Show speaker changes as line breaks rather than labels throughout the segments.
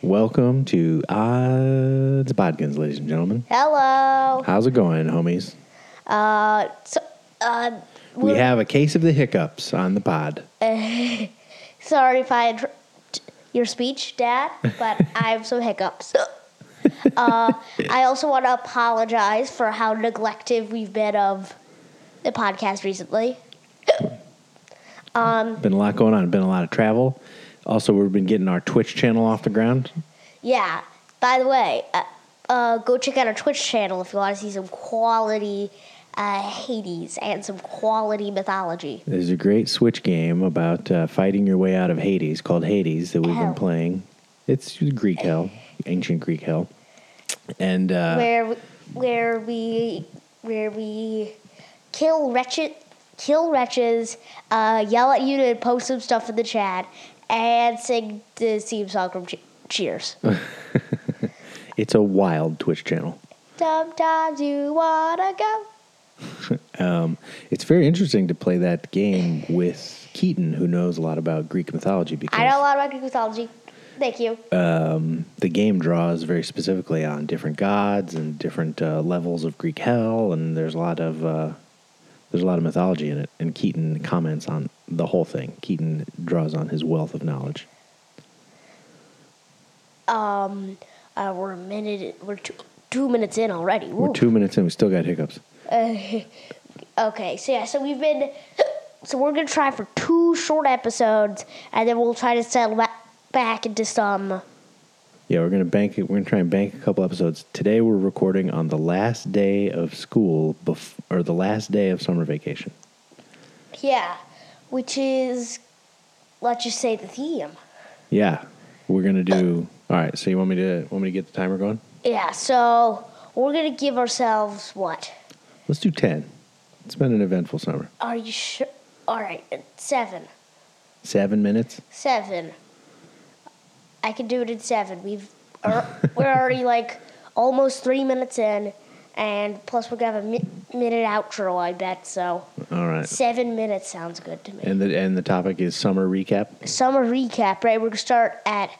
Welcome to Odds Bodkins, ladies and gentlemen.
Hello.
How's it going, homies?
Uh, so, uh,
We
we're-
have a case of the hiccups on the pod.
sorry if I inter- your speech, Dad, but I have some hiccups. uh, I also want to apologize for how neglective we've been of the podcast recently.
Been a lot going on, been a lot of travel. Also, we've been getting our Twitch channel off the ground.
Yeah. By the way, uh, uh, go check out our Twitch channel if you want to see some quality uh, Hades and some quality mythology.
There's a great Switch game about uh, fighting your way out of Hades called Hades that we've been
Hell.
playing. It's Greek hell, ancient Greek hell. And uh,
where we, where we where we kill wretched kill wretches, uh, yell at you to post some stuff in the chat, and sing the theme song from che- Cheers.
Uh. it's a wild Twitch channel.
Sometimes you wanna go.
It's very interesting to play that game with Keaton, who knows a lot about Greek mythology because
I know a lot about Greek mythology. Thank you.
Uh. the game draws very specifically on different gods and different uh, levels of Greek hell, and there's a lot of uh, there's a lot of mythology in it. And Keaton comments on the whole thing. Keaton draws on his wealth of knowledge.
Um, uh, we're a minute. We're two, two minutes in already.
We're
Woo.
two minutes in, we still got hiccups.
Okay, so yeah, so we've been, so we're gonna try for two short episodes, and then we'll try to settle ba- back into some.
Yeah, we're gonna bank it. We're gonna try and bank a couple episodes today. We're recording on the last day of school, bef- or the last day of summer vacation.
Yeah, which is, let's just say the theme.
Yeah, we're gonna do. All right, so you want me to want me to get the timer going?
Yeah, so we're gonna give ourselves what?
Let's do ten. It's been an eventful summer.
Are you sure? All right, uh, seven,
Seven minutes.
seven. I can do it in seven. We've are, we're already like almost three minutes in, and plus we're gonna have a mi- minute outro. I bet so.
All right.
Seven minutes sounds good to me.
And the and the topic is summer recap.
Summer recap, right? We're gonna start at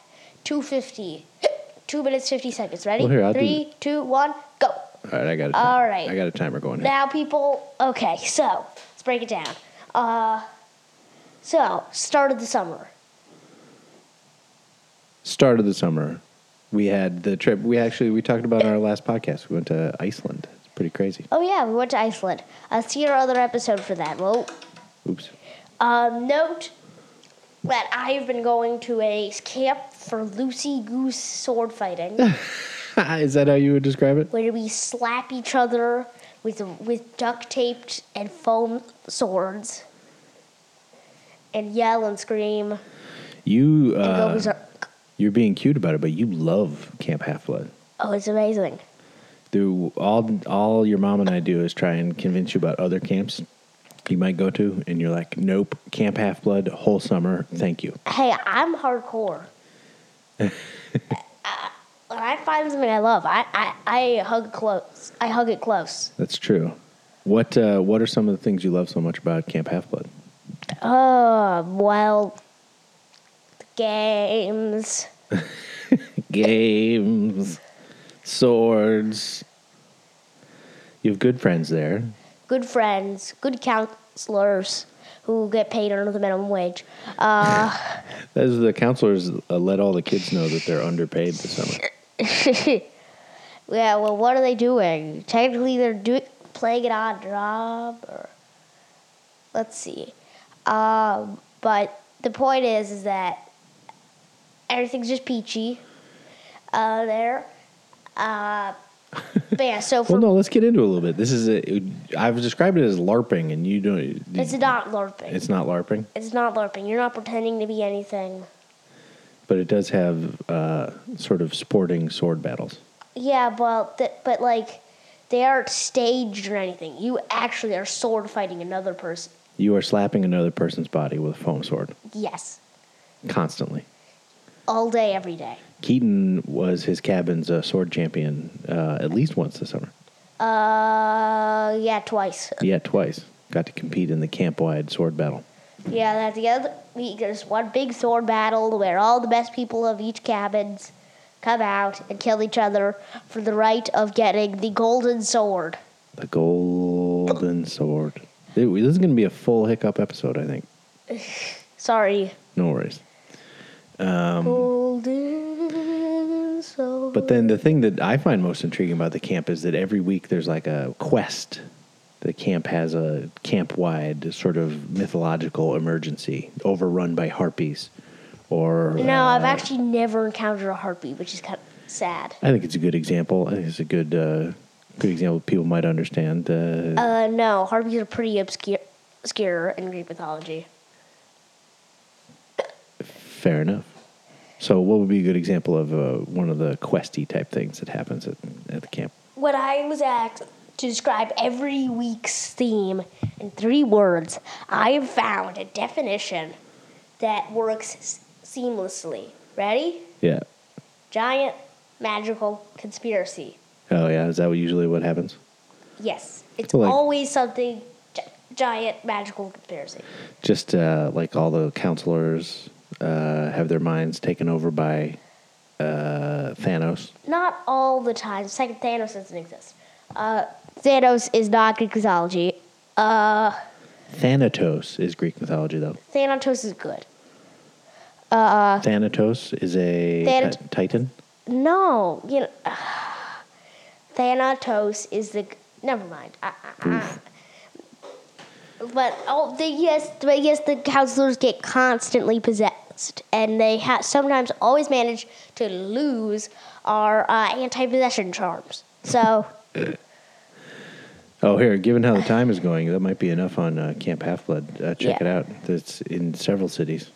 two fifty. Two minutes fifty seconds. Ready?
Well, here, I'll do
Three, two, one, go.
All right, I got it.
All right.
I got a timer going. Here.
Now people okay, so let's break it down. Uh so start of the summer.
Start of the summer, we had the trip. We actually we talked about in our last podcast. We went to Iceland. It's pretty crazy.
Oh yeah, we went to Iceland. Uh, see our other episode for that. Well
Oops.
uh note that I've been going to a camp for loosey goose sword fighting.
is that how you would describe it?
where we slap each other with with duct taped and foam swords and yell and scream and
You
go
uh,
berserk.
you're being cute about it, but you love Camp Half Blood.
Oh, it's amazing.
Do all all your mom and I do is try and convince you about other camps you might go to, and you're like, nope, Camp Half Blood whole summer. Thank you.
Hey, I'm hardcore. I, when I find something I love, I, I, I hug close. I hug it close.
That's true. What uh, What are some of the things you love so much about Camp Half Blood?
Oh, well, games.
Games, swords. You have good friends there.
good friends, good counselors who get paid under the minimum wage.
As the counselors uh, let all the kids know that they're underpaid this summer.
yeah, well, what are they doing? Technically, they're do- playing an odd job, or let's see. Um, but the point is, is that everything's just peachy uh, there. Uh, but yeah, so for
Well, no, let's get into it a little bit. This is a, I've described it as LARPing, and you don't.
it's not LARPing. It's,
It's not LARPing.
not LARPing. You're not pretending to be anything.
but it does have uh, sort of sporting sword battles.
Yeah, but th- but like they aren't staged or anything. You actually are sword fighting another person.
You are slapping another person's body with a foam sword
Yes.
constantly.
all day, every day.
Keaton was his cabin's uh, sword champion uh, at least once this summer.
Uh, yeah, twice.
Yeah, twice. Got to compete in the camp wide sword battle.
Yeah, that together we there's one big sword battle where all the best people of each cabins come out and kill each other for the right of getting the golden sword.
The golden sword. Dude, This is going to be a full hiccup episode, I think.
Sorry.
No worries.
Golden sword.
But then the thing that I find most intriguing about the camp is that every week there's like a quest. The camp has a camp wide sort of mythological emergency overrun by harpies or.
no, I've
uh,
actually never encountered a heartbeat, which is kind of sad.
I think it's a good example. I think it's a good uh, good example people might understand. Uh,
Uh, no, heartbeats are pretty obscure, obscure in Greek mythology.
fair enough. So, what would be a good example of uh, one of the questy type things that happens at, at the camp?
What I was asked to describe every week's theme in three words, I have found a definition that works s- seamlessly. Ready?
Yeah.
Giant magical conspiracy.
Oh, yeah. Is that what- usually what happens?
Yes, it's
Well, like-
always something gi- giant magical conspiracy.
Just uh, like all the counselors uh, have their minds taken over by uh, Thanos.
Not all the time. Second Thanos doesn't exist. Uh, Thanos is not Greek mythology. Uh,
Thanatos is Greek mythology, though.
Thanatos is good.
Thanatos is a ti-
Thanat-
titan.
No, you know, Thanatos is the. Never mind. I, I, I, but oh, the, yes, but yes, the counselors get constantly possessed, and they ha- sometimes always manage to lose our uh, anti-possession charms. So
Oh, here, given how the time is going, that might be enough on uh, Camp Half Blood. Uh, check
Yeah.
it out. It's in several cities.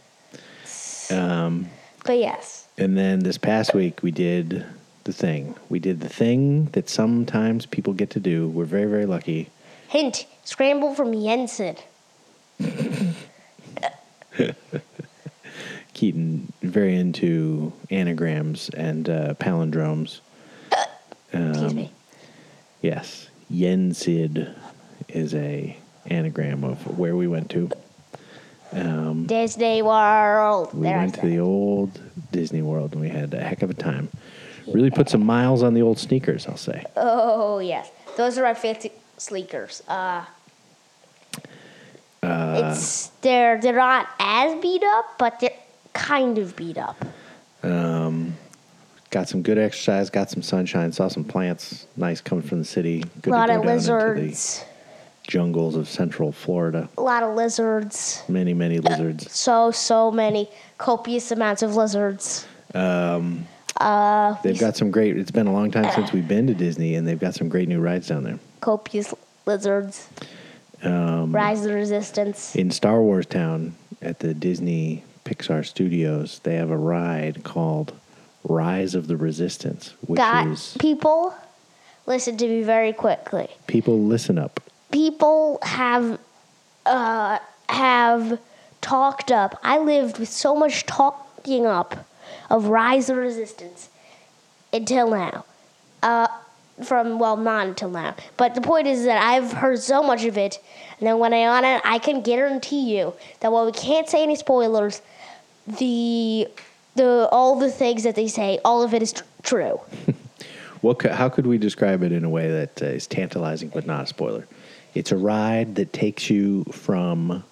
But yes,
And then this past week, we did the thing. We did the thing that sometimes people get to do. We're very, very lucky.
hint: scramble from Jensen.
Keaton, very into anagrams and uh, palindromes.
Excuse
Um,
me.
Yes, Yensid is a anagram of where we went to. Um,
Disney World.
we
there I
went to
said
the
it.
old Disney World and we had a heck of a time. Really put some miles on the old sneakers, I'll say.
Oh yes, those are our fancy sleekers. Uh,
Uh,
it's they're they're not as beat up, but they're kind of beat up.
Got some good exercise, got some sunshine, saw some plants. Nice coming from the city. Good
A lot
to go
of
down into the
lizards.
jungles of central Florida.
A lot of lizards.
Many, many lizards.
So so many copious amounts of lizards.
They've got some great. It's been a long time since we've been to Disney, and they've got some great new rides down there.
Copious lizards.
Um,
Rise of the resistance.
In Star Wars Town at the Disney Pixar Studios, they have a ride called Rise of the Resistance, which
Got
is
people. Listen to me very quickly.
people listen up.
people have uh, have talked up. I lived with so much talking up of rise of resistance until now. Uh, from well, not until now. But the point is that I've heard so much of it, and then when I on it, I can guarantee you that while we can't say any spoilers, the the all the things that they say, all of it is tr- true.
What? cou- How could we describe it in a way that uh, is tantalizing but not a spoiler? It's a ride that takes you from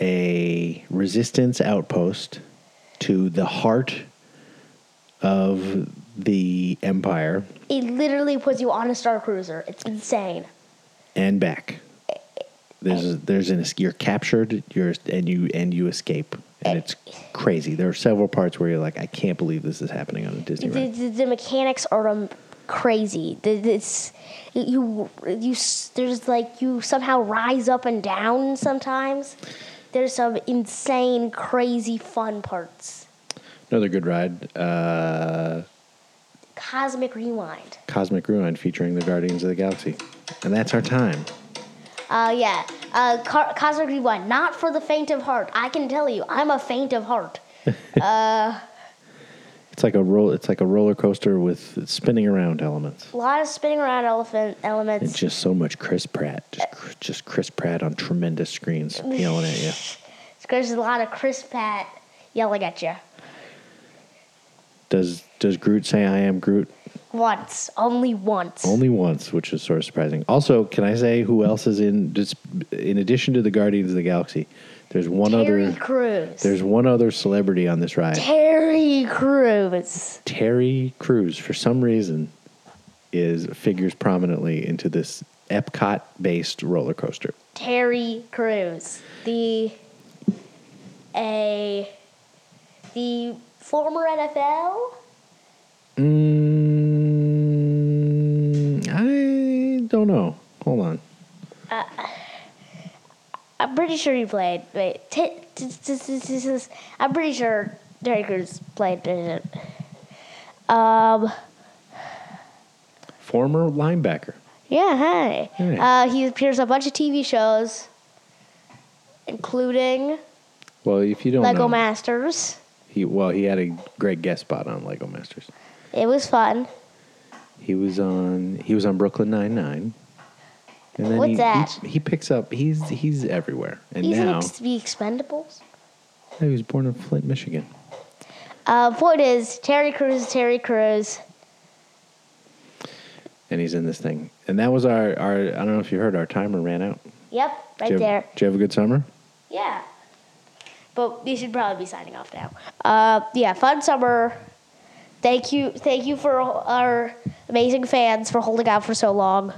a resistance outpost to the heart of the empire
It literally puts you on a star cruiser. It's insane.
and back. There's there's an es- you're captured, you're and you and you escape, and it's crazy. There are several parts where you're like, I can't believe this is happening on a Disney
the,
ride.
the, the mechanics are um, crazy. The- It's you you s- there's like you somehow rise up and down sometimes. There's some insane, crazy fun parts.
Another good ride, uh,
Cosmic Rewind.
Cosmic Ruin featuring the Guardians of the Galaxy, and that's our time.
Uh, yeah. Uh, Car- Cosmic Rewind. Not for the faint of heart. I can tell you, I'm a faint of heart.
It's like a roll. It's like a roller coaster with spinning around elements.
A lot of spinning around elephant
It's
elements.
just so much Chris Pratt, just, cr- just Chris Pratt on tremendous screens yelling at you.
There's a lot of Chris Pat yelling at you.
Does does Groot say "I am Groot"?
Once, only once.
Only once, which is sort of surprising. Also, can I say who else is in? Just in addition to the Guardians of the Galaxy, there's one
Terry
other.
Crews.
There's one other celebrity on this ride.
Terry Crews.
Terry Crews, for some reason, is figures prominently into this Epcot-based roller coaster.
Terry Crews, the a the former NFL.
Mm, I don't know. Hold on.
I'm pretty sure he played. Wait, t- t- t- t- t- t- I'm pretty sure Terry Crews played in it. Um,
Former linebacker.
yeah, hi.
Hey.
Uh, he appears on a bunch of TV shows, including
Well, if you don't
Lego
know,
Masters.
he well he had a great guest spot on Lego Masters.
It was fun.
He was on he was on Brooklyn Nine Nine. And then
What's
he,
that?
He, he picks up. He's he's everywhere. And
He's in
now
ex- the Expendables.
he was born in Flint, Michigan.
Uh, point is, Terry Crews, Terry Crews.
and he's in this thing. And that was our, our I don't know if you heard, our timer ran out.
Yep, right
did you
there.
Have, did you have a good summer?
Yeah. But we should probably be signing off now. Uh, yeah, fun summer. Thank you, thank you for our amazing fans for holding out for so long.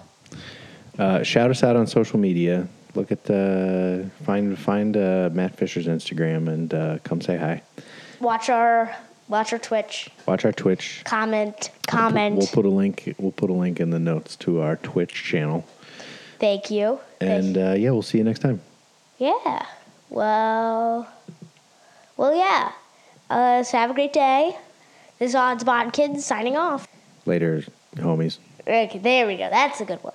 Uh, shout us out on social media. Look at the find find uh, Matt Fisher's Instagram and uh, come say hi.
Watch our watch our Twitch.
Watch our Twitch.
Comment,
We'll put-
comment.
We'll put, a link. We'll put a link in the notes to our Twitch channel.
thank you. Thank
And uh, yeah, we'll see you next time.
yeah. Well. Well, yeah. Uh, so have a great day. This is Odds Bot Kids signing off.
Later, homies.
Okay, there we go. That's a good one.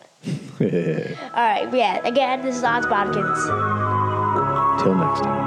Till next
All right, yeah. Again, this is Odds Bodkins.
time.